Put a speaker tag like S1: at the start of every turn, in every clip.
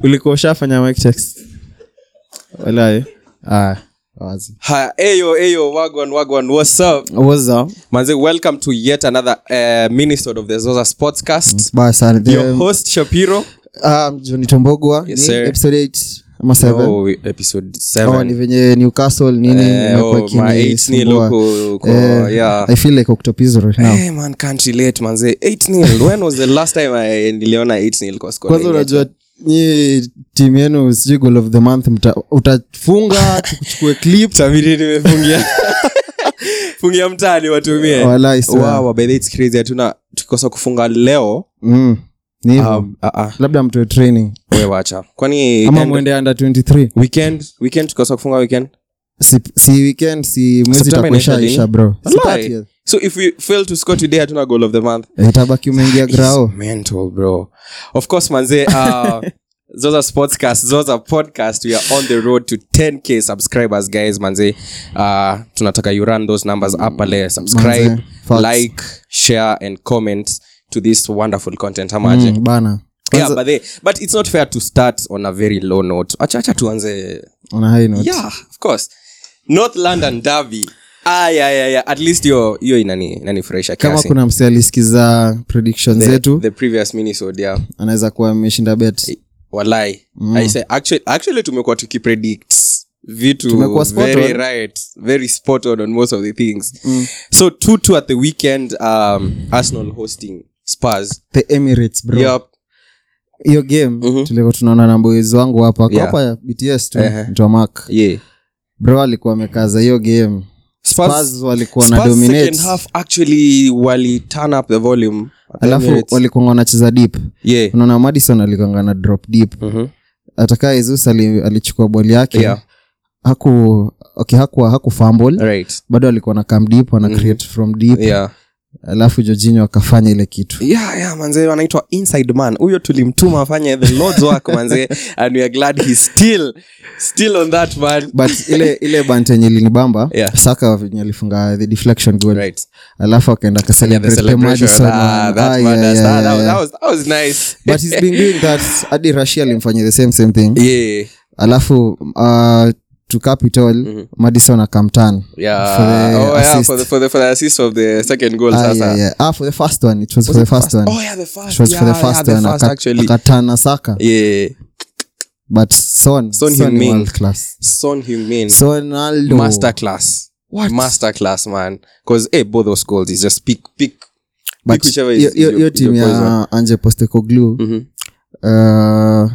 S1: ulikuwa ushafanya mic checks walai ah, wazi
S2: haya eyo eyo wagwan wagwan what's up
S1: What's up?
S2: manze welcome to yet another uh, minisode of the zoza sportscast
S3: baya sana
S2: your host shapiro
S3: joni tombogwa
S2: Yes,
S3: ni
S2: sir.
S3: um, episode 8 ama 7
S2: oh, episode
S3: oh, ni
S2: 7
S3: venye newcastle nini
S2: Eh,
S3: imekuwa
S2: oh, ma eight
S3: ikinisumbua.
S2: nil huko- huko,
S3: Eh,
S2: yeah. Eh,
S3: i feel like oktopizro right now
S2: Hey man can't relate manze 8 nil when was the last time I niliona 8 nil kwa score
S3: kwanza unajua nyi timu yenu sijui goal of the month mta, utafunga tukuchukue clip
S2: tabiri nimefungia fungia mtaani watumie
S3: Walai sana.
S2: wow, by the way, it's crazy hatuna tukikosa kufunga leo
S3: mm, ni hivyo.
S2: um, uh, uh,
S3: labda mtoe training
S2: we wacha kwani
S3: ama
S2: end-
S3: mwende under 23
S2: weekend weekend tukikosa kufunga weekend
S3: si, si weekend si mwezi
S2: September inaisha lini?
S3: takuishaisha bro Si
S2: Walai.
S3: 30th.
S2: so if we fail to score today hatuna goal of the month
S3: Eh, itabaki umeingia grao Mm,
S2: It's mental bro of course manze uh, zoza sportscast zoza podcast we are on the road to 10k subscribers guys manze uh, tunataka you run those numbers up pale subscribe
S3: Manze, facts.
S2: like share and comment to this wonderful content amaje
S3: Mm, bana
S2: yeah, but, they, but it's not fair to start on a very low note acha acha tuanze
S3: on a high note
S2: yeah of course north london derby ah, yeah, yeah, yeah. at least hiyo hiyo inani inanifurahisha
S3: kama
S2: kiasi.
S3: kuna mse alisikiza prediction
S2: the,
S3: zetu
S2: the previous minisode yeah
S3: anaweza kuwa ameshinda bet
S2: walai
S3: Mm.
S2: I say, actually, actually tumekuwa tukipredict vitu
S3: Tumekuwa spot
S2: very
S3: on. Mm.
S2: right very spot on on most of the things so 2 2 at the weekend um, arsenal hosting spurs
S3: the emirates bro
S2: yep
S3: hiyo game
S2: Mhm.
S3: tulikuwa tunaona na boys wangu hapa
S2: Yeah.
S3: yeah. hapa bts tu
S2: Ehe.
S3: mtu wa mark
S2: yeah
S3: bro alikuwa amekaza hiyo game
S2: Spurs-
S3: Spurs walikuwa na
S2: Spurs
S3: dominate
S2: second half actually wali turn up the volume at the
S3: alafu
S2: Emirates.
S3: walikuwa wanacheza deep
S2: yeah
S3: unaona madison alikuanga na drop deep
S2: Mhm.
S3: atakaa isus ali, alichukua boli yake
S2: Yeah.
S3: haku okay, haku, haku fumble
S2: right
S3: bado alikuwa na kam deep wana create from deep
S2: Mm. yeah
S3: alafu jorginho akafanya ile kitu
S2: yeah yeah manze anaitwa inside man huyo tulimtuma afanye the lords work manze and we are glad he's still still on that man
S3: but ile ile bantenye linibamba
S2: Yeah.
S3: saka venye alifunga the deflection goal
S2: right
S3: alafu akaenda
S2: yeah the celebration ah, that matters. Ah, that was- that
S3: akaselebratemadisonbut
S2: was- that was nice
S3: he's been doing that hadi russia alimfanyia the same same thing
S2: yeah
S3: alafu uh, to capital
S2: Mm-hmm.
S3: madison akamtan
S2: yeah
S3: For the
S2: oh yeah
S3: assist.
S2: for the, for the for the assist of the second goal
S3: Ah,
S2: sasa
S3: yeah, yeah. ah, for the first one it was, for the first one
S2: oh yeah the first
S3: it was
S2: yeah,
S3: for the first
S2: yeah,
S3: one
S2: the first actually
S3: akatana saka
S2: yeah
S3: but son
S2: Son
S3: son,
S2: Heung-min.
S3: ni world class
S2: son Heung-min
S3: son Aldo.
S2: master class what master class man because hey both those goals is just pick pick
S3: But
S2: pick whichever
S3: hiyo-
S2: is
S3: hiyo-
S2: your-
S3: hiyo
S2: your
S3: timu
S2: poison.
S3: ya anje postecoglu
S2: Mhm.
S3: uh,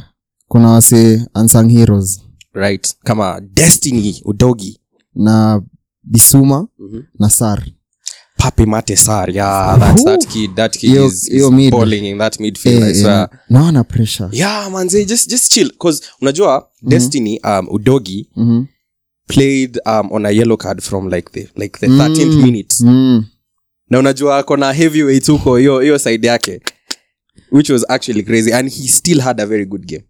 S3: kuna wase unsung heroes
S2: right kama destiny udogi
S3: na bisuma
S2: Mhm.
S3: na sar
S2: pape matesar yeah that's that kid that kid
S3: Yo-
S2: is, is
S3: yo mid.
S2: balling in that midfield I
S3: Eh,
S2: swear.
S3: eh, naona pressure
S2: yeah manze just just chill cause unajua
S3: Mm-hmm.
S2: destiny um udogi
S3: Mhm.
S2: played um on a yellow card from like the like the
S3: Mm.
S2: 13th minute
S3: Mm.
S2: na unajua kona heavyweight huko hiyo hiyo side yake which was actually crazy and he still had a very good game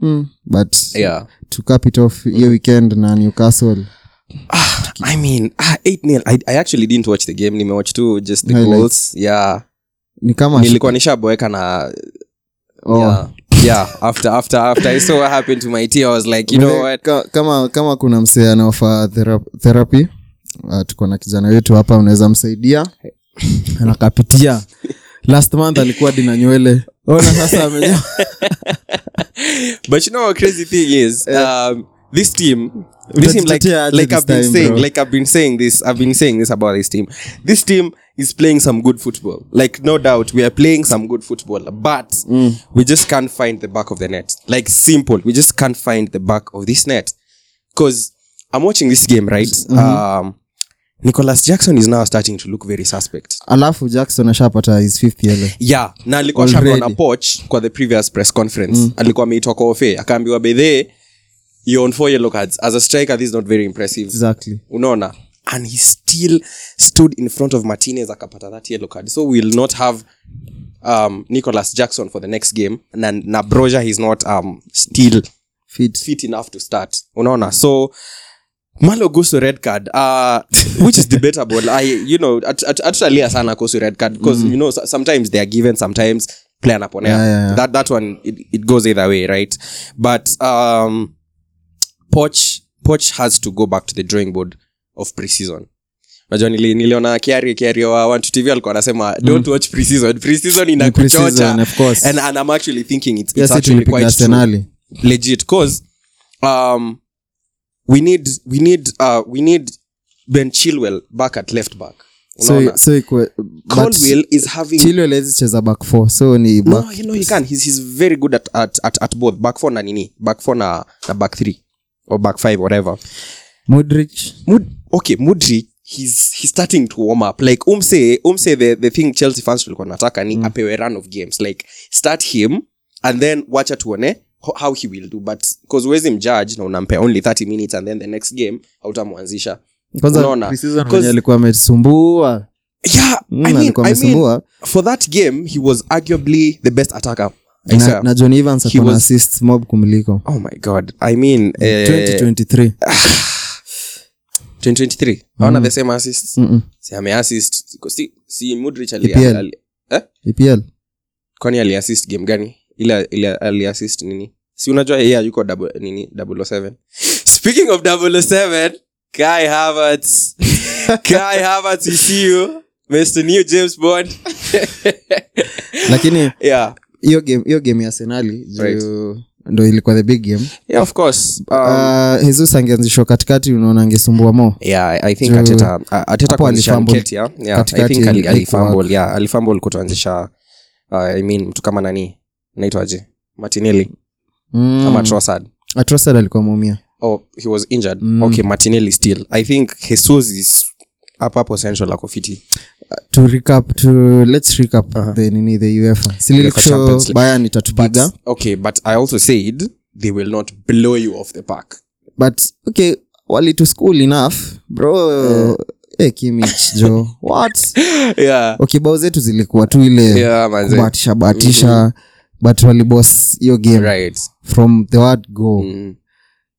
S3: Mm. but
S2: yeah
S3: to cap it off hiyo weekend na newcastle
S2: ah, i mean ah, 8 nil I, i actually didn't watch the game nimewatch tu just the
S3: Highlights.
S2: goals yeah
S3: ni kama
S2: nilikuwa nishaboeka na
S3: Oh.
S2: yeah, yeah after after after i saw what happened to my team i was like you know
S3: Mwenye-
S2: what
S3: ka- kama kama kuna msee anaofa thera- therapy uh, tuko na kijana wetu hapa unaweza msaidia anakapitia last month alikuwa dina nywele ona sasa amenyoa
S2: But you know what crazy thing is? Um, this team, this team, like,
S3: Utajitetea aje
S2: like
S3: this
S2: I've been
S3: time,
S2: saying,
S3: bro?
S2: like I've been saying this, I've been saying this about this team. This team is playing some good football. Like no doubt, we are playing some good football, but
S3: Mm.
S2: we just can't find the back of the net. Like simple, we just can't find the back of this net. Because I'm watching this game, right?
S3: Mm-hmm.
S2: Um, Nicholas Jackson is now starting to look very suspect.
S3: alafu jackson ashapata his fifth yellow
S2: yeah na alikuwa
S3: Already.
S2: shakona poch kwa the previous press conference mm. alikuwa ameitwa kofe akaambiwa bedhe you on four yellow cards as a striker this is not very impressive
S3: exactly
S2: unaona and he still stood in front of martinez akapata that yellow card so we'll not have um, nicholas jackson for the next game na, na broja he's not um, still
S3: fit
S2: fit enough to start unaona so malo kuhusu red card uh, which is debatable I, you know at- at- hatutalia sana kuhusu red card because you know so- sometimes they are given sometimes player anaponea
S3: Mm. Yeah, yeah, yeah.
S2: that that one it, it goes either way right but um poch poch has to go back to the drawing board of preseason najua nili, niliona kiari kiari wa want tv alikuwa anasema don't watch preseason preseason
S3: Mm. preseason,
S2: inakuchocha
S3: of course.
S2: and, and i'm actually thinking it's, it's
S3: yes
S2: actually
S3: tulipiga
S2: quite true
S3: senali
S2: legit because um, we need we need uh, we need Ben Chilwell back at left back.
S3: so,
S2: Unaona?
S3: so ikwe- but
S2: Colwell is having
S3: Chilwell hawezi cheza back four so ni
S2: no,
S3: back
S2: you know he can. He's he's very good at at at, at both back four na nini back four na, na back three or back five whatever.
S3: modric
S2: Mud, okay, Mudri he's he's starting to warm up. Like umse umse the the thing Chelsea fans walikuwa wanataka ni
S3: Mm.
S2: apewe run of games. Like start him and then wacha tuone ho- how he will do but because huwezi mjudge na unampea only 30 minutes and then the next game hautamwanzisha Unaona?
S3: kwanza preseason
S2: Cause-
S3: mwenye alikuwa amesumbua
S2: yeah
S3: Mm,
S2: I mean,
S3: alikuwa
S2: I mean,
S3: amesumbua
S2: for that game he was arguably the best attacker I
S3: na,
S2: swear.
S3: na john evans
S2: He
S3: akona
S2: was-
S3: assist mob kumliko
S2: oh my god i mean eh,
S3: 2023
S2: 2023 aona
S3: Mm.
S2: the same assist
S3: Mm-mm.
S2: si ameassist si, si mudrich
S3: EPL.
S2: ali, ali, eh?
S3: epl
S2: kwani aliassist game gani ile ile aliassist nini si unajua yeye yuko double nini 007 speaking of 007 guy havertz guy havertz is you mr new james bond
S3: lakini
S2: yeah
S3: hiyo game hiyo game ya senali
S2: Right.
S3: juu ndo ilikuwa the big game
S2: yeah of course um,
S3: uh, jesus angeanzishwa katikati unaona angesumbua mo
S2: yeah I- i think
S3: Ju-
S2: ateta uh, ateta
S3: hapo
S2: kuanzisha
S3: alifumble.
S2: mketi yeah yeah i
S3: Katikati
S2: think ali-
S3: ilikuwa-
S2: alifumble yeah alifumble kutuanzisha uh, i mean mtu kama nani naitwaje martinelli
S3: mm.
S2: ama trossard
S3: Atrosad alikuwa maumia
S2: oh he was injured
S3: Mm.
S2: okay martinelli still i think jesus is up hapo central ako fiti
S3: to recap to let's recap
S2: Aha.
S3: the nini the uefa
S2: Uh-huh. UEFA Champions
S3: silikusho
S2: League.
S3: bayan
S2: but
S3: itatupiga
S2: okay but i also said they will not blow you off the park
S3: but okay walitu school enough bro eh, kimich jo what
S2: yeah
S3: okay bao zetu zilikuwa tu ile
S2: yeah manze
S3: kubahatisha bahatisha but walibos hiyo game
S2: Mm-hmm. right
S3: from the word go
S2: mm.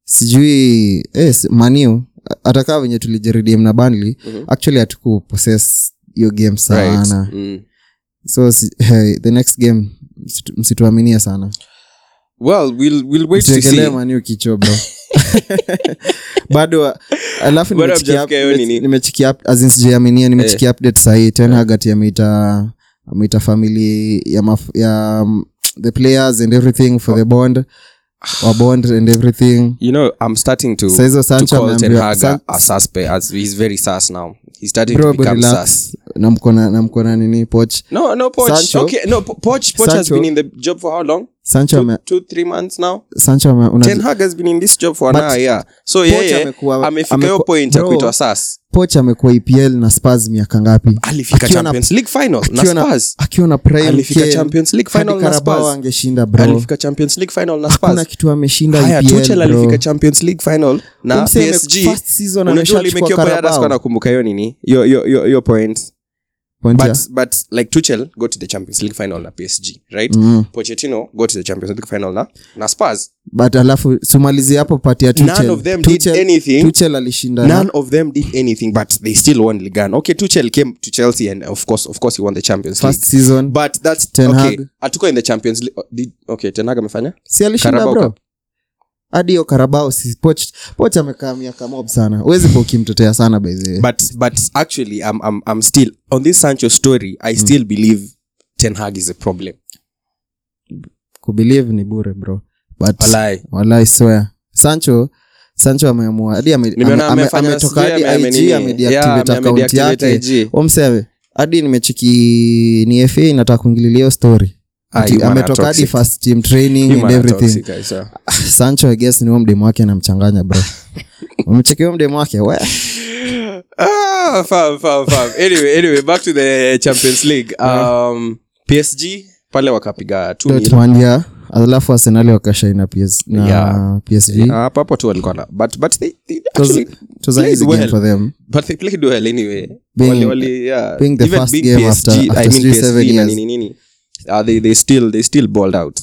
S3: sijui yes, maniu hata kaa venye tulijaridim na banli
S2: Mhm.
S3: actually hatuku poses hiyo game
S2: right
S3: sana
S2: mm.
S3: so si- hey, the next game msitu- msituaminie sana
S2: well we'll we'll wait to
S3: tuegelee
S2: see
S3: maniu kicho bro bado alafu
S2: Bado
S3: nimechikia
S2: hamjafikia hiyo
S3: nime-
S2: nini? Eh.
S3: nimechikia up- as in sijaaminia nimechikia update sahii ten hag ati ameita ameita family ya, maf, ya mm, the players and everything for the bond wa bond and everything
S2: you know i'm starting to
S3: Sa hizo
S2: to
S3: Sancho
S2: call Ten
S3: ameambiwa-
S2: Hag
S3: San-
S2: a, a suspect as he's very sus now he's starting
S3: Bro,
S2: to become
S3: relax.
S2: sus
S3: na mkona na mkona nini poch
S2: no no poch
S3: Sancho.
S2: okay no Po- poch poch has
S3: Sancho.
S2: been in the job for how long
S3: sancho
S2: two,
S3: ame,
S2: two three months now
S3: sancho ame, una,
S2: ten hag has been in this job for
S3: But
S2: now yeah so
S3: Poch
S2: yeye
S3: amekuwa-
S2: amefika hiyo
S3: ameku-
S2: point ya
S3: Bro.
S2: kuitwa sas
S3: poch amekuwa epl na spars miaka ngapi
S2: alifika
S3: Akiwa na-
S2: champions league final na
S3: akiwa na-
S2: spurs
S3: akiwa na prime
S2: alifika
S3: Kane,
S2: champions league
S3: hadi
S2: final na
S3: Carabao
S2: spurs
S3: angeshinda bro
S2: alifika champions league final na
S3: kuna
S2: spurs
S3: kitu ameshinda
S2: haya
S3: EPL,
S2: tuchel
S3: bro.
S2: alifika champions league final na
S3: Umse ame-
S2: psg
S3: first season
S2: unajua
S3: ameshachukua
S2: ulimekiopa hata
S3: Carabao.
S2: sikuwa nakumbuka hiyo nini Hiyo- hiyo- hiyo hiyo point
S3: Point
S2: but
S3: ya-
S2: but like tuchel go to the champions league final na psg right
S3: Mm.
S2: pochettino go to the champions league final na na spurs
S3: but alafu sumalizie hapo pati ya Tuchel.
S2: None of them did
S3: Tuchel-
S2: anything.
S3: Tuchel alishinda na-
S2: none of them did anything but they still won ligan okay tuchel came to chelsea and of course of course he won the champions
S3: first
S2: league
S3: season
S2: but that's
S3: Ten
S2: okay
S3: Hag.
S2: atuko in the champions league oh, did, okay ten hag amefanya
S3: si alishinda
S2: Carabao
S3: bro
S2: Cup.
S3: hadi hiyo karabao si poch poch amekaa miaka mob sana uwezi kuwa ukimtetea sana by the way
S2: but but actually I'm, I'm i'm still on this sancho story
S3: Hmm.
S2: i still believe ten hag is a problem
S3: kubelieve ni bure bro but
S2: Walai.
S3: walai swear sancho sancho ameamua hadi ame- ame-
S2: Nimeona
S3: ame-
S2: amefanya
S3: ametoka
S2: sijui
S3: hadi
S2: ame-
S3: ig
S2: nini. Yeah,
S3: amedeactivate
S2: ame-
S3: account
S2: amedeactivate
S3: yake
S2: IG.
S3: omsewe hadi nimecheki ni fa inataka kuingililia hiyo story
S2: Ah,
S3: Ati
S2: you man are
S3: ametoka hadi
S2: toxic.
S3: first team training
S2: You
S3: and
S2: man are
S3: everything
S2: toxic, guys, yeah.
S3: sancho iges ni huo mdemu wake anamchanganya bro umecheki huo mdemu wake we
S2: ah fam fam fam anyway anyway back to the champions league um psg pale wakapiga two nil.
S3: tumandia alafu arsenali wakashaina PS, na
S2: Yeah.
S3: psv
S2: Yeah, Ah, hapo hapo tu walikuwa na but but they, they
S3: It was-
S2: actually
S3: it was an
S2: played
S3: easy game
S2: well.
S3: for them
S2: but they played well anyway
S3: Being-
S2: wali, wali, yeah.
S3: being the
S2: even
S3: first
S2: big
S3: game
S2: PSG,
S3: after-
S2: I
S3: after
S2: mean
S3: three,
S2: PSG
S3: seven
S2: na
S3: years.
S2: nini, nini. Uh, they, they still they still balled out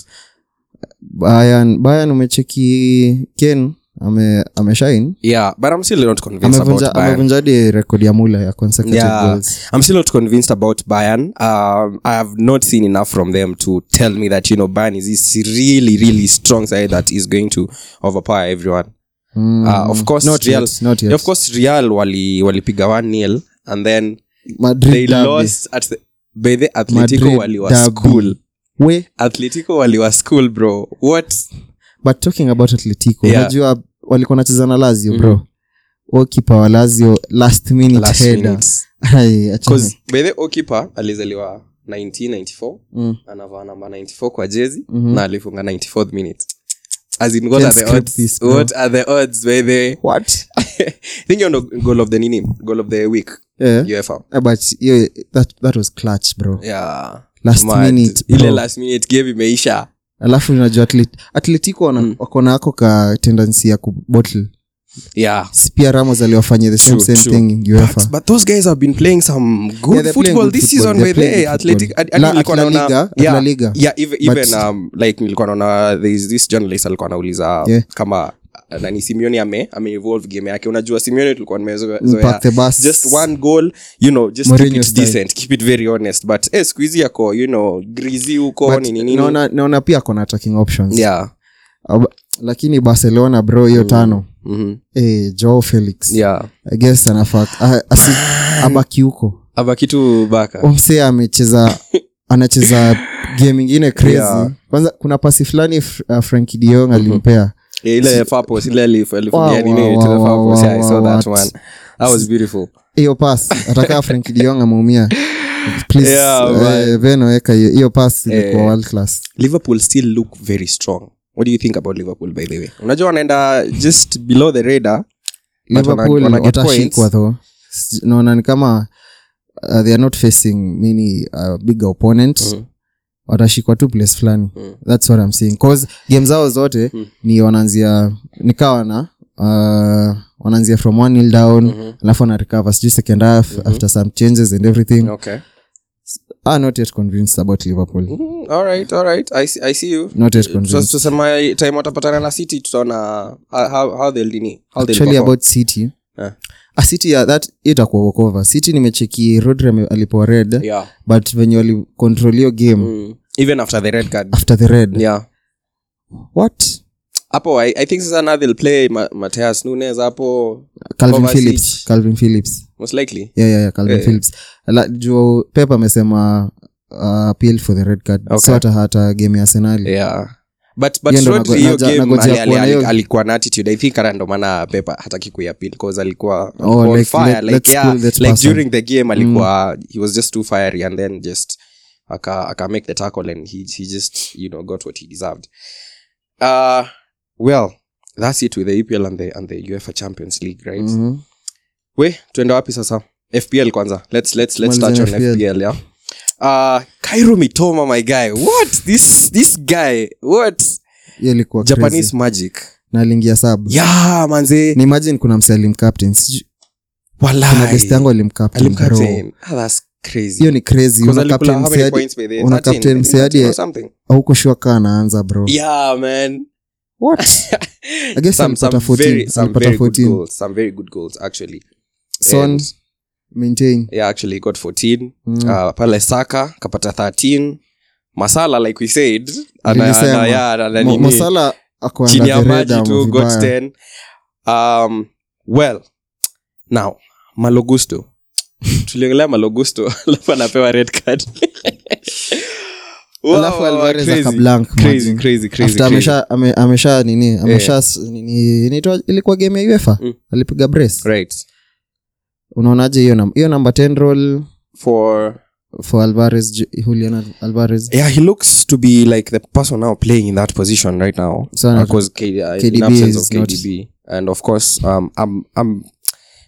S3: bayan bayan umecheki ken ame ameshine
S2: yeah but i'm still not convinced
S3: amevunja
S2: about Bayern.
S3: amevunja hadi rekodi ya mula ya consecutive
S2: Yeah,
S3: goals
S2: I'm still not convinced about Bayern. Um, I have not seen enough from them to tell me that you know Bayern is this really, really strong side that is going to overpower everyone. Uh, of course,
S3: Mm. Not
S2: Real.
S3: yet, not yet.
S2: Of course, Real wali walipiga one 0 and then
S3: Madrid
S2: they
S3: derby.
S2: lost at the, by the Atletico
S3: Madrid
S2: waliwa
S3: derby.
S2: school.
S3: We,
S2: Atletico waliwa school, bro. What?
S3: but talking about atletico
S2: Yeah. Mm-hmm.
S3: unajua walikuwa nacheza na lazio bro okipa wa lazio last minute
S2: Last
S3: header.
S2: minutes.
S3: Ai, achana.
S2: Because by the okipa alizaliwa 1994
S3: Mm.
S2: anavaa namba 94 kwa jezi
S3: Mhm.
S2: na alifunga 94th minute as in what
S3: Can
S2: are the
S3: script
S2: odds
S3: this, bro.
S2: what are the odds by the
S3: What?
S2: think you're on the goal of the nini goal of the week
S3: Yeah.
S2: UEFA
S3: Eh, but yeah, that, that was clutch bro
S2: yeah
S3: last
S2: Mad.
S3: minute
S2: ile
S3: bro.
S2: last minute game imeisha
S3: alafu unajua Atlet- atletico wana-
S2: Mm.
S3: wako na ako ka tendency ya kubottle
S2: yeah
S3: Si pia ramos aliwafanya the same,
S2: True,
S3: same
S2: true.
S3: thing in UEFA.
S2: But, but those guys have been playing some
S3: Yeah,
S2: good
S3: they're playing
S2: football
S3: good
S2: this
S3: football.
S2: season
S3: They're
S2: by
S3: playing
S2: the eh,
S3: good
S2: athletic
S3: football.
S2: I- I
S3: La-
S2: nilikuwa
S3: La
S2: naona-
S3: Liga- La
S2: yeah,
S3: Liga.
S2: yeah, even-
S3: But-
S2: even, um, like nilikuwa naona there is this journalist alikuwa anauliza
S3: Yeah.
S2: kama uh, nani simioni ame ameevolve game yake unajua simioni tulikuwa
S3: Impact
S2: nimezoea
S3: the bus.
S2: just one goal you know just keep
S3: Mm, Mourinho
S2: it
S3: style.
S2: decent keep it very honest but eh, siku hizi yako you know grizi huko
S3: But
S2: nini nini
S3: naona naona pia kona attacking options
S2: yeah
S3: Ab- lakini barcelona bro hiyo tano
S2: mhm
S3: eh, joao felix
S2: yeah
S3: I guess anafaa a- asi- abaki huko
S2: aba kitu baka
S3: omse amecheza anacheza game ingine crazy
S2: Yeah.
S3: kwanza kuna pasi fulani f- uh, franki diong alimpea
S2: Eh, ile fapos ile alif- alifungia
S3: Wow,
S2: nini
S3: wow,
S2: to the
S3: wow,
S2: fapos
S3: wow,
S2: yeah, i saw
S3: wow,
S2: that
S3: what?
S2: one that was beautiful
S3: hiyo pas atakaa franki diong ameumia Please,
S2: Yeah, man.
S3: eh, Beno weka hiyo hiyo pas ilikuwa
S2: Eh.
S3: world class
S2: liverpool still look very strong what do you think about liverpool by the way unajua wanaenda just below the radar but
S3: liverpool
S2: wana- wana get
S3: watashikwa
S2: points.
S3: tho Sij- naona ni kama uh, they are not facing mini uh, bigger opponent
S2: Mhm.
S3: watashikwa tu place fulani
S2: Mm.
S3: thats what i'm seeing cause game zao zote
S2: Mm.
S3: ni wanaanzia nikawa na uh, wanaanzia from one nil down
S2: Mhm.
S3: alafu wana recover sijui second half
S2: Hmm.
S3: after some changes and everything
S2: okay
S3: ah, not yet convinced about liverpool
S2: mm, all right all right i see, I see you
S3: not yet
S2: Eh, So,
S3: convinced
S2: tusema time watapatana na city tutaona uh, how, how they'll nini how they'll
S3: actually
S2: perform.
S3: about city
S2: Eh.
S3: Ah, city yeah, that hiyo itakuwa wokova city nimecheki rodri ame- alipewa red
S2: yeah
S3: but venye walicontrol hiyo game
S2: mm. even after the red card
S3: after the red
S2: yeah
S3: what
S2: hapo I, i think sasa now they'll play Ma mateas nunes hapo
S3: calvin
S2: Kovacic.
S3: phillips calvin phillips
S2: most likely
S3: yeah, yeah, yeah, calvin
S2: Eh.
S3: phillips La, jo pep amesema uh, appeal for the red card
S2: Okay. Eh,
S3: so hata hata game ya arsenali
S2: yeah but but
S3: Mm. Hiyo ndo
S2: Rodri
S3: nago-
S2: hiyo
S3: naja-
S2: game
S3: nagojea
S2: ali- ali-
S3: kuona
S2: ali-
S3: hiyo.
S2: alikuwa na attitude i think hata ndo maana pepa hataki kuiapil because alikuwa
S3: Oh,
S2: alikuwa on
S3: like,
S2: fire
S3: let-
S2: like
S3: let's
S2: yeah
S3: cool that
S2: like
S3: person. Mm.
S2: during the game alikuwa he was just too fiery and then just aka aka make the tackle and he he just you know got what he deserved uh well that's it with the EPL and the and the UEFA Champions League right
S3: Mhm.
S2: we tuenda wapi sasa fpl kwanza let's, let's, let's touch on
S3: Tumalizane FPL.
S2: fpl yeah? uh, kairo mitoma my guy what this, this guy what
S3: Hiyo ilikuwa crazy.
S2: japanese magic
S3: na aliingia sub
S2: yeah manze
S3: ni imagine kuna mse alimcaptain Sijui- kuna
S2: walai
S3: guest yangu alimcaptain bro.
S2: alimcaptain ah, that's crazy
S3: hiyo ni crazy
S2: Because
S3: Una
S2: alikula
S3: captain
S2: how many
S3: mse hadi-
S2: points by the-
S3: una
S2: 13,
S3: captain mse hadi-
S2: 13 or something?
S3: hauko sure kaa anaanza bro
S2: yeah man
S3: what i guess
S2: some, some,
S3: alipata 14
S2: very, some,
S3: alipata
S2: very good
S3: 14.
S2: goals, some very good goals actually
S3: Son,
S2: And-
S3: maintain
S2: yeah actually he got 14
S3: Mm.
S2: uh, pale saka kapata 13 masala like we said ana-
S3: Nilisema.
S2: ana- yeah, ana- ana
S3: Mo-
S2: nini,
S3: masala ako
S2: chini ya
S3: under the
S2: maji
S3: radar
S2: tu got
S3: vibaya.
S2: 10 um, well now malogusto tuliongelea malogusto alafu anapewa red card Wow,
S3: Alafu Alvarez
S2: crazy,
S3: akablank,
S2: crazy,
S3: imagine.
S2: crazy, crazy,
S3: After
S2: crazy. Eh.
S3: amesha ame- amesha nini amesha s- nini inaitwa ilikuwa game ya uefa
S2: Mm.
S3: alipiga brace
S2: Right.
S3: unaonaje hiyo nam- hiyo namba 10 roll
S2: For-
S3: for alvarez Ju- julian Al- alvarez
S2: yeah he looks to be like the person now playing in that position right now
S3: Sana.
S2: because K, uh, in
S3: KDB
S2: absence
S3: is
S2: of KDB and of course um I'm I'm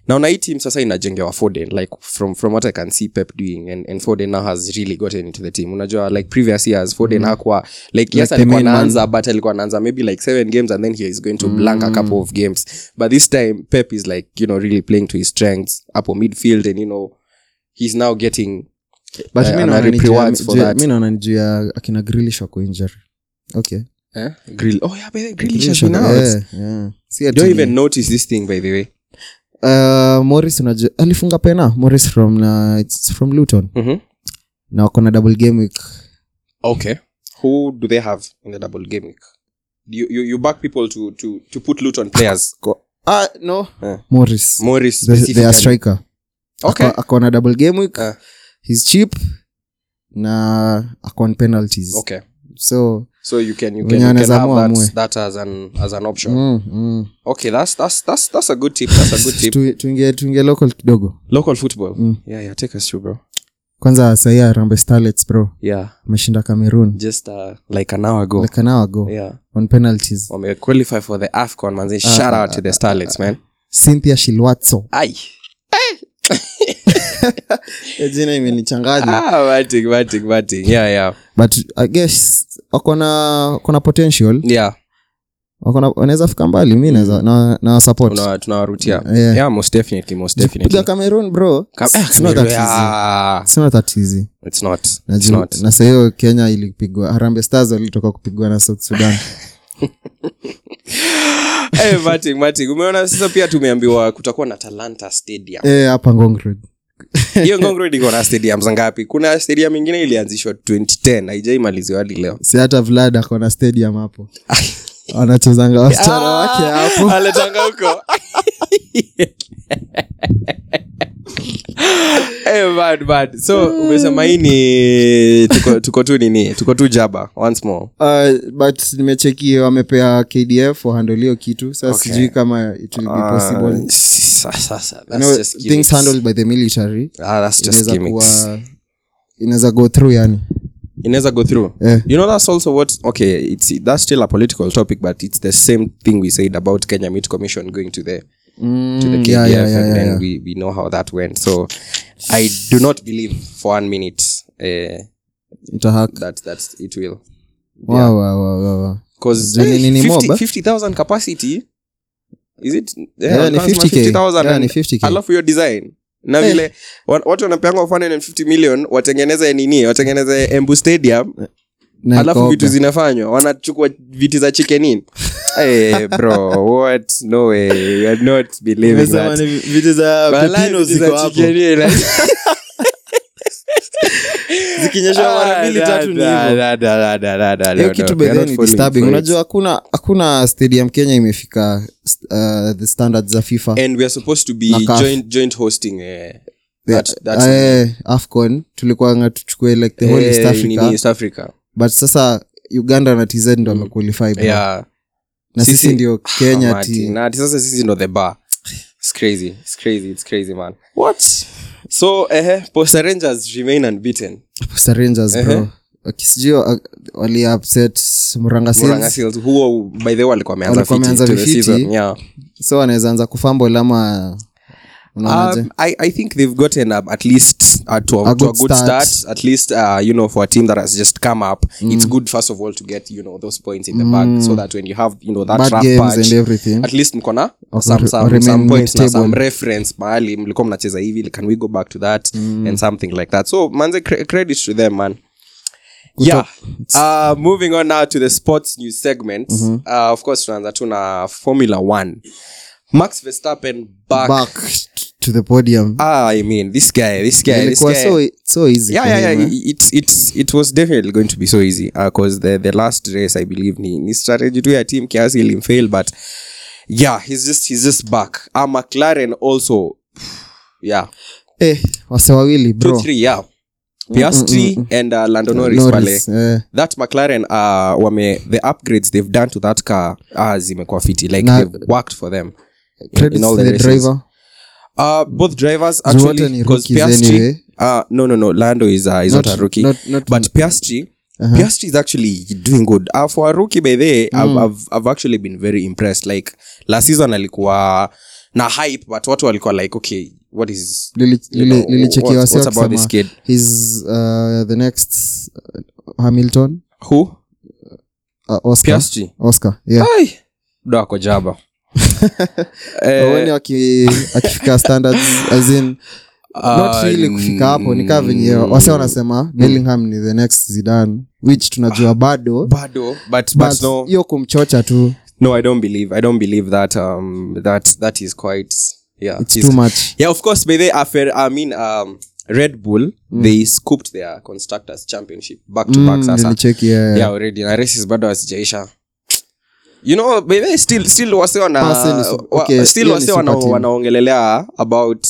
S2: naona hii team sasa inajengewa foden like from from what i can see pep doing and, and foden now has really gotten into the team unajua like previous years foden mm. hakuwa like
S3: Mm-hmm.
S2: yes
S3: the
S2: alikuwa
S3: main man.
S2: anaanza but alikuwa anaanza maybe like seven games and then he is going to blank a couple
S3: Mm.
S2: of games but this time pep is like you know really playing to his strengths up on midfield and you know he's now getting
S3: but
S2: Eh,
S3: mi
S2: ana
S3: naona ni
S2: reap
S3: juu ya-
S2: rewards for
S3: juu ya-
S2: that.
S3: mi naona ni juu ya akina grilish wako injury okay
S2: Eh? Grill. Oh yeah, by the way, Grealish has
S3: Should-
S2: been out.
S3: yeah, yeah. Si ati-
S2: Don't even notice this thing by the way.
S3: Uh, morris unajua alifunga pena morris from, uh, it's from luton
S2: Mhm.
S3: na wako na double game week
S2: Okay. Who do they have in the double game week? You you, you back people to to to put Luton players. Go.
S3: ah, no
S2: Eh.
S3: morris
S2: Morris
S3: the, their
S2: specifically.
S3: striker
S2: Okay.
S3: Ako- ako na double game week
S2: Ah.
S3: he's cheap na akon penalties
S2: Okay.
S3: so
S2: So you can you
S3: Wenye
S2: can, you can have
S3: wanaweza uh, amua
S2: that,
S3: amue.
S2: that as an as an option.
S3: mm, mm.
S2: Okay, that's that's that's that's a good tip. That's a good tip.
S3: Tu- tuingie tuingie local kidogo
S2: Local football.
S3: Mm.
S2: Yeah, yeah. Take us through, bro.
S3: kwanza sahii arambe starlets bro
S2: Yeah,
S3: ameshinda cameroon
S2: just uh, like an hour ago.
S3: like an hour ago
S2: yeah,
S3: on penalties
S2: when we qualify for the Afcon, man. Say, shout out
S3: Uh,
S2: to the Starlets, man.
S3: cynthia shilwatso
S2: Aye. Eh,
S3: jina imenichanganya
S2: Ah, batting, batting, batting. Yeah, yeah,
S3: but i guess wakona wakona potential
S2: yeah.
S3: wakona wanaweza fika mbali mi naweza
S2: Mm.
S3: na, na support
S2: Tuna tunawarutia.
S3: Yeah.
S2: Yeah, most definitely, most
S3: piga
S2: definitely.
S3: cameroon bro
S2: Ka-
S3: It's-
S2: ah,
S3: it's not that easy.
S2: yeah.
S3: It's not that easy.
S2: It's not. It's
S3: Najua-
S2: not.
S3: na sahiyo kenya ilipigwa harambe stars walitoka kupigwa na south sudan
S2: Eh, batting, batting. Umeona sasa pia tumeambiwa kutakuwa na Talanta Stadium.
S3: Eh, hapa ngong road
S2: Hiyo Ngong Road iko na stadiums ngapi? Kuna stadium ingine ilianzishwa 2010 haijaimaliziwa hadi leo.
S3: si hata vlad akona stadium hapo wanachezanga wasichana
S2: Ah,
S3: wake hapo
S2: aletanga huko Eh, bad, bad. so umesema hii ni tuko, tuko tu nini tuko tu jaba once more
S3: Uh, but nimecheki wamepea kdf wahandle hiyo kitu sasa
S2: Okay.
S3: sijui kama it will be possible
S2: Ah, sa- sa- sa- that's
S3: You know,
S2: just gimmicks.
S3: things handled by the military
S2: Ah, that's just
S3: inaweza
S2: gimmicks.
S3: kuwa inaweza go through yani
S2: inaweza go through
S3: Eh.
S2: you know that's also what okay it's that's still a political topic but it's the same thing we said about kenya meat commission going to the to the
S3: Mm,
S2: KDF
S3: yeah, yeah, yeah,
S2: and then
S3: yeah.
S2: We, we know how that went so i do not believe for one minute uh,
S3: itahak
S2: that that's it will
S3: Wow, wow, wow, wow, wow.
S2: because
S3: Zuni ni mob, eh?
S2: 50000 capacity is it eh,
S3: Yeah, ni
S2: wanasema
S3: 50K.
S2: 50,000
S3: Yeah,
S2: and-
S3: ni 50K.
S2: alafu hiyo design na
S3: Eh.
S2: vile wa- watu wanapeanga 150 million watengeneze nini watengeneze embu stadium
S3: Na
S2: alafu
S3: ikaoga.
S2: vitu zinafanywa wanachukua viti za chikenini hey, Eh, bro what no way we are not believing
S1: Nimesema
S2: that
S1: ni vi- vitu za
S2: Balaa
S1: pepino
S2: viti za
S1: ziko hapo
S2: chikenini.
S1: zikinyesha mara mbili
S2: Ah,
S1: tatu ni
S2: da,
S1: hivyo
S2: da, da, da, da, da, da,
S3: hiyo
S2: no,
S3: kitu
S2: no,
S3: by
S2: we are
S3: the way
S2: not
S3: ni
S2: falling
S3: disturbing
S2: for it.
S3: unajua hakuna hakuna stadium kenya imefika uh, the standards za fifa
S2: and we are supposed to be
S3: Na CAF.
S2: joint, joint hosting uh, that, that
S3: Ah, eh, afcon tulikuwa nga tuchukue like the whole east
S2: Eh, nini,
S3: africa
S2: East Africa.
S3: but sasa uganda na tz ndo wamequalify bro.
S2: Yeah.
S3: na sisi
S2: Sisi-
S3: ndio
S2: Ah,
S3: kenya
S2: Martin,
S3: ti
S2: na ati sasa sisi ndo the bar It's crazy. It's crazy. It's crazy, man. So, eh, Posta Rangers remain unbeaten.
S3: Posta Rangers, bro
S2: Ehe.
S3: Okay, sijui wa- wali upset muranga
S2: Muranga
S3: Seals.
S2: Seals, huo by the way walikuwa wameanza
S3: Walikuwa
S2: fiti
S3: wameanza
S2: to the
S3: vifiti.
S2: season. Yeah.
S3: so anaweza anza kufambol
S2: Ah,
S3: ama unaonaje
S2: Um, I, I think they've gotten um, at least uh, to, a,
S3: A
S2: to a
S3: good
S2: good start.
S3: start. Mm.
S2: At least, uh, you know, for a team that has just come up, it's good, first of all, to get, you know, those points in the bag so that when you have, you know, that
S3: bad
S2: rough
S3: games
S2: patch,
S3: and everything
S2: at least mko na
S3: Or-
S2: some,
S3: or
S2: some,
S3: remain
S2: some points na
S3: mid-table.
S2: some reference mahali mlikuwa mnacheza hivi can we go back to that
S3: Mm.
S2: and something like that so manze cre- credit to them man yeah uh, moving on now to the sports news segment
S3: Mm-hmm.
S2: uh, of course tunaanza tu na formula 1 max verstappen back,
S3: back t- to the podium
S2: Ah, i mean this guy this guy this
S3: ilikuwa
S2: guy
S3: so, so easy
S2: yeah
S3: for
S2: yeah
S3: him,
S2: yeah
S3: eh?
S2: it's it's it was definitely going to be so easy because the the last race i believe ni, ni strategy to ya team kiasi ilimfail but yeah he's just he's just back uh, mclaren also yeah
S3: eh, wase wawili
S2: two
S3: bro
S2: three yeah piastri and uh, lando norris, pale
S3: mm, Norris, eh.
S2: that mclaren uh wame the upgrades they've done to that car uh, zimekuwa fiti like
S3: Na-
S2: they've worked for them in,
S3: Credits
S2: in
S3: to
S2: all the,
S3: the
S2: races.
S3: driver
S2: uh both drivers
S3: Wote
S2: actually
S3: ni eh?
S2: because
S3: rookies
S2: piastri
S3: anyway.
S2: uh no no no lando is uh, is not,
S3: Not-
S2: a rookie
S3: not- not- Uh-huh.
S2: but piastri Piastri is actually doing good. Uh, for a rookie by the mm. I've, I've, I've actually been very impressed. Like last season alikuwa na hype but watu walikuwa like okay what is
S3: Lili-
S2: you
S3: lili-
S2: know,
S3: lilichekiwa
S2: what's-
S3: sio
S2: what's about this
S3: kusema
S2: kid?
S3: his uh, the next uh, hamilton
S2: who?
S3: uh, oscar
S2: Piastri.
S3: oscar yeah
S2: Ai. Ndo ako jaba. Eh,
S3: Waone aki- akifika standards as in
S2: Eh,
S3: not
S2: Ah, um,
S3: really kufika hapo
S2: mm.
S3: nikaa venye wase wanasema bellingham ni the next zidan which tunajua
S2: Ah.
S3: bado
S2: bado but, but
S3: but
S2: no,
S3: hiyo kumchocha tu
S2: no i don't believe i don't believe that um that that is quite yeah
S3: it's
S2: he's-
S3: too much
S2: yeah of course by the affair i mean um red bull they scooped their constructors championship back to back
S3: Mm,
S2: sasa
S3: nilicheki, yeah,
S2: yeah already na races bado hazijaisha you know by the way, still still wase wana
S3: Person is-
S2: wa-
S3: okay,
S2: still
S3: hiyo
S2: wase
S3: ni
S2: wana,
S3: super team.
S2: wanaongelelea about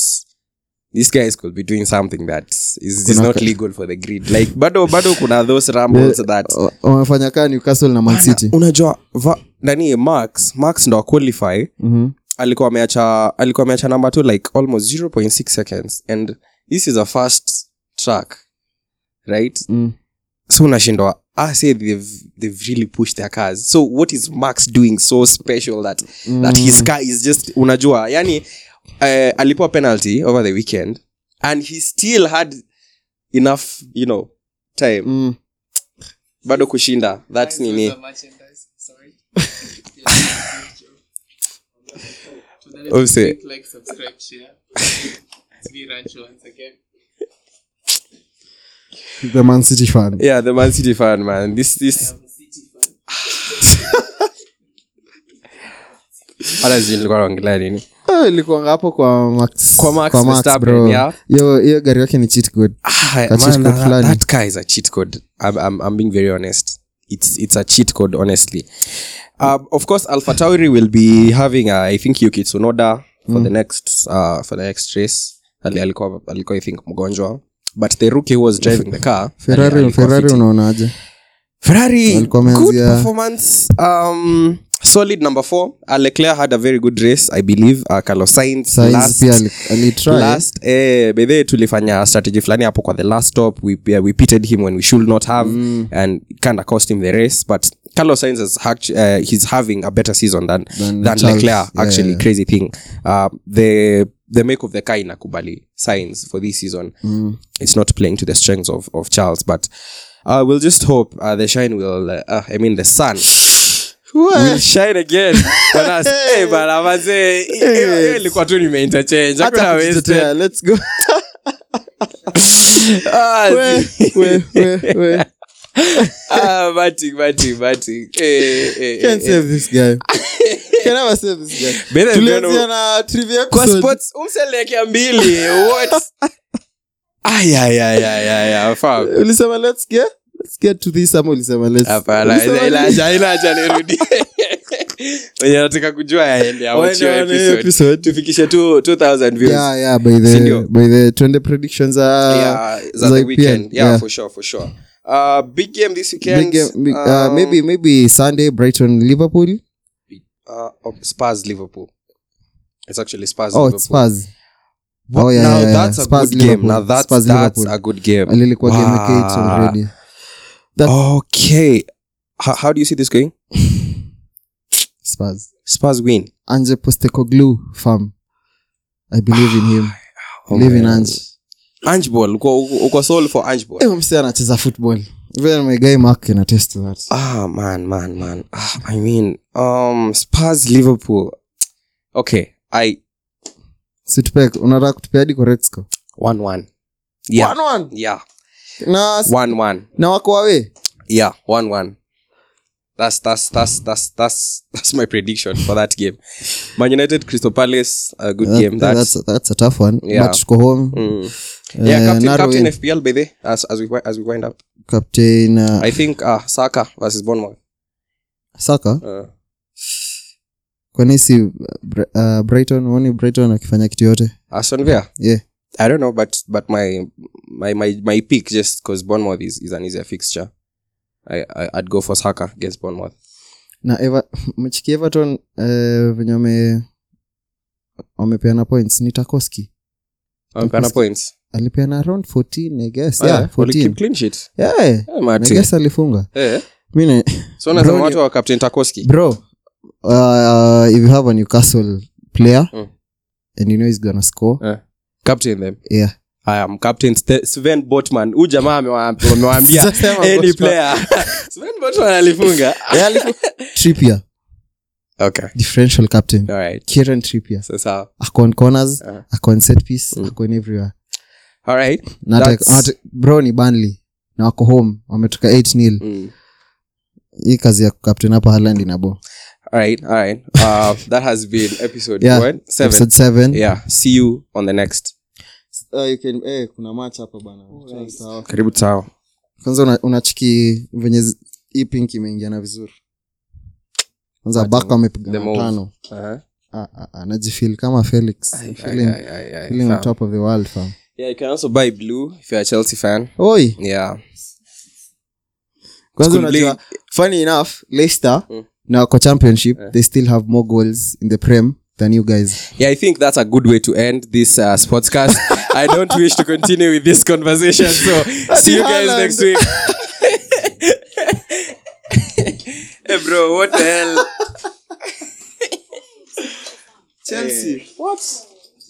S2: these guys could be doing something that is, is
S3: Kuna
S2: not
S3: ka-
S2: legal for the grid like bado bado kuna those rumbles that
S3: Wa- wamefanya kaa newcastle na
S2: Bana,
S3: mancity
S2: unajua va, nani max max ndo aqualify
S3: Mhm.
S2: alikuwa ameacha alikuwa ameacha namba two like almost 0.6 seconds and this is a fast track right
S3: Mm.
S2: so unashindwa i say they've, they've really pushed their cars so what is max doing so special that
S3: mhm.
S2: that his car is just unajua yani uh, alipewa penalty over the weekend and he still had enough you know time
S3: Mm.
S2: bado kushinda that nini Obviously.
S4: like subscribe share it's me rancho once again
S3: the mancity fan
S2: yeah the man city fan man this this
S4: i'm a city fan
S2: hata sijui nilikuwa naongelea nini
S3: Ah, ilikuwanga hapo kwa max
S2: Kwa Max Verstappen,
S3: bro.
S2: yeah.
S3: hiyo hiyo gari yake ni cheat code
S2: Ah,
S3: Ka cheat
S2: man,
S3: code
S2: that,
S3: fulani.
S2: that guy is a cheat code. I'm, I'm, I'm being very honest. It's it's a cheat code, honestly. Um, of course, Alpha Tauri will be having, uh, I think, Yuki Tsunoda
S3: Mm.
S2: for the next uh, for the next race. Ali- Alikuwa, alikuwa I think, mgonjwa. But the rookie who was driving the car, ali-
S3: ferrari
S2: alikuwa
S3: ferrari
S2: fiti.
S3: unaonaje
S2: Ferrari,
S3: Walikuwa
S2: good
S3: wameanzia-
S2: performance. Um, solid number four. Uh, Leclerc had a very good race, I believe. Uh, Carlos Sainz,
S3: sainz
S2: last-
S3: pia ali- alitry
S2: last eh, by the way, tulifanya strategy fulani hapo kwa the last stop we, yeah, we pitted him when we should not have mm. and kind of cost him the race but carlos Sainz is hact- uh, he's having a better season than
S3: Than
S2: than, than
S3: Charles.
S2: leclerc
S3: Yeah,
S2: actually
S3: yeah.
S2: crazy thing uh, the the make of the car inakubali signs for this season mm. it's not playing to the strengths of, of charles but uh, we'll just hope uh, the shine will uh, uh, i mean the sun will shine again on us. hey, bana, mazee, hiyo- hiyo eh, ilikuwa tu nimeinterchange hakuna
S3: Hata
S2: wasted
S3: kujitetea, let's go
S2: Ah,
S3: We, we, we, we.
S2: ah, batting, batting, batting. Eh, eh, eh,
S3: Can't
S2: eh.
S3: save this guy. Can never save this guy.
S2: Bene,
S3: Tulianzia
S2: Beno,
S3: na trivia
S2: kwa
S3: episode.
S2: sports umselekea mbili what Ay, ay, ay, ay, ay, ay, fam.
S3: ulisema let's get let's get to this ama ulisema let's-
S2: Hapana,
S3: ulisema
S2: ila- ila
S3: nini?
S2: acha- ila acha nirudie. wenye nataka kujua yaende
S3: Waende
S2: awachio
S3: waone hiyo
S2: episode.
S3: episode.
S2: tufikishe tu 2000 views
S3: Yeah, yeah, by the-
S2: Sindio?
S3: by the- tuende predictions uh, za-
S2: Yeah,
S3: za
S2: za the
S3: IPL.
S2: weekend yeah,
S3: Yeah.
S2: for sure for sure uh, big game this weekend
S3: Big game, big- uh,
S2: um,
S3: maybe- maybe sunday brighton liverpool Oh,
S2: uh, oh, spurs liverpool it's actually spurs
S3: oh
S2: liverpool
S3: it's spurs
S2: What-
S3: Oh, yeah,
S2: now
S3: yeah, yeah.
S2: that's a
S3: Spurs
S2: good game.
S3: Liverpool.
S2: Now that's
S3: Spurs
S2: that's
S3: Liverpool.
S2: a good game.
S3: lilikuwa game week eight
S2: Wow.
S3: already
S2: Okay. How, how do you see this going?
S3: spurs
S2: Spurs win.
S3: anje postekoglu farm i believe in him believe Oh, in anje
S2: Oh. Ange ball. Uko, uko, uko sold for Ange ball.
S3: Ewe msee anacheza football even my guy mark can attest to that
S2: Ah man, man, man. Ah, I mean, um, Spurs Liverpool. Okay, I
S3: Situpea- unataka kutupea hadi correct score?
S2: one one. Yeah,
S3: One, one.
S2: yeah,
S3: na,
S2: one one.
S3: na wako wawe
S2: Yeah, one one. That's that's that's that's that's that's my prediction for that game. Man United Crystal Palace, a good
S3: That-
S2: game. That's,
S3: that's- that's a tough one
S2: Yeah. Mm.
S3: but tuko home
S2: yeah,
S3: Eh,
S2: captain,
S3: Norway,
S2: captain FPL by the as as we wi- as we wind up.
S3: captain, uh,
S2: I think uh Saka versus Bournemouth.
S3: Saka.
S2: Uh,
S3: kwani si uh, Br- uh, brighton huoni brighton akifanya kitu yote
S2: Aston Villa.
S3: Yeah.
S2: I don't know, but but my my my my pick just because Bournemouth is, is an easier fixture. I, I I'd go for Saka against Bournemouth.
S3: na Eva- mchiki everton eh, venye wame wamepeana points ni takoski
S2: Um, Ghana points.
S3: alipeana around 14 i guess
S2: Ah,
S3: yeah,
S2: yeah. Well,
S3: 14
S2: keep clean sheet.
S3: yeah,
S2: Yeah,
S3: I
S2: Marty.
S3: guess alifunga
S2: Eh.
S3: mi ni-
S2: So na
S3: Bro,
S2: watu wa Captain Tarkowski.
S3: bro uh, if you have a newcastle player
S2: Mm.
S3: and you know he's gonna score
S2: Captain them.
S3: yeah
S2: I am Captain Ste- Sven Botman. Huyu jamaa amewa- amewaambia
S3: Sema
S2: any
S3: Botman.
S2: player. Sven Botman alifunga.
S3: Yeah, alifu- Trippier,
S2: Okay.
S3: differential captain
S2: All right.
S3: Kieran Trippier.
S2: So sawa.
S3: Ako on corners
S2: Uh-huh.
S3: ako on set piece
S2: Mm.
S3: ako on everywhere
S2: all right
S3: Na hata-
S2: That's-
S3: hata- bro ni banly na wako home wametoka 8 nil
S2: mm.
S3: hii kazi ya captain hapa haland inabo
S2: all right all right uh, that has been episode
S3: Yeah,
S2: what? seven
S3: episode 7
S2: yeah see you on the next
S3: Ah, eh, kuna match hapa bana
S2: Oh, karibu tao
S3: kwanza una- unachiki venye zi- hii pink imeingiana vizuri kwanza baka amepiga
S2: the move.
S3: matano
S2: uh-huh.
S3: Ah, ah, ah, najifeel kama felix Feeling-
S2: Aye, aye, aye,
S3: feeling
S2: fam.
S3: on top of the world fam
S2: yeah you can also buy blue if you're a chelsea fan
S3: oi
S2: yeah
S3: kwanza
S2: School
S3: unajua
S2: league.
S3: funny enough leicester
S2: Mm. Eh.
S3: na wako championship they still have more goals in the prem than you guys
S2: yeah i think that's a good way to end this uh, sportscast i don't wish to continue with this conversation so see you guys
S3: Haaland.
S2: next week hey bro what the hell
S1: Chelsea. What?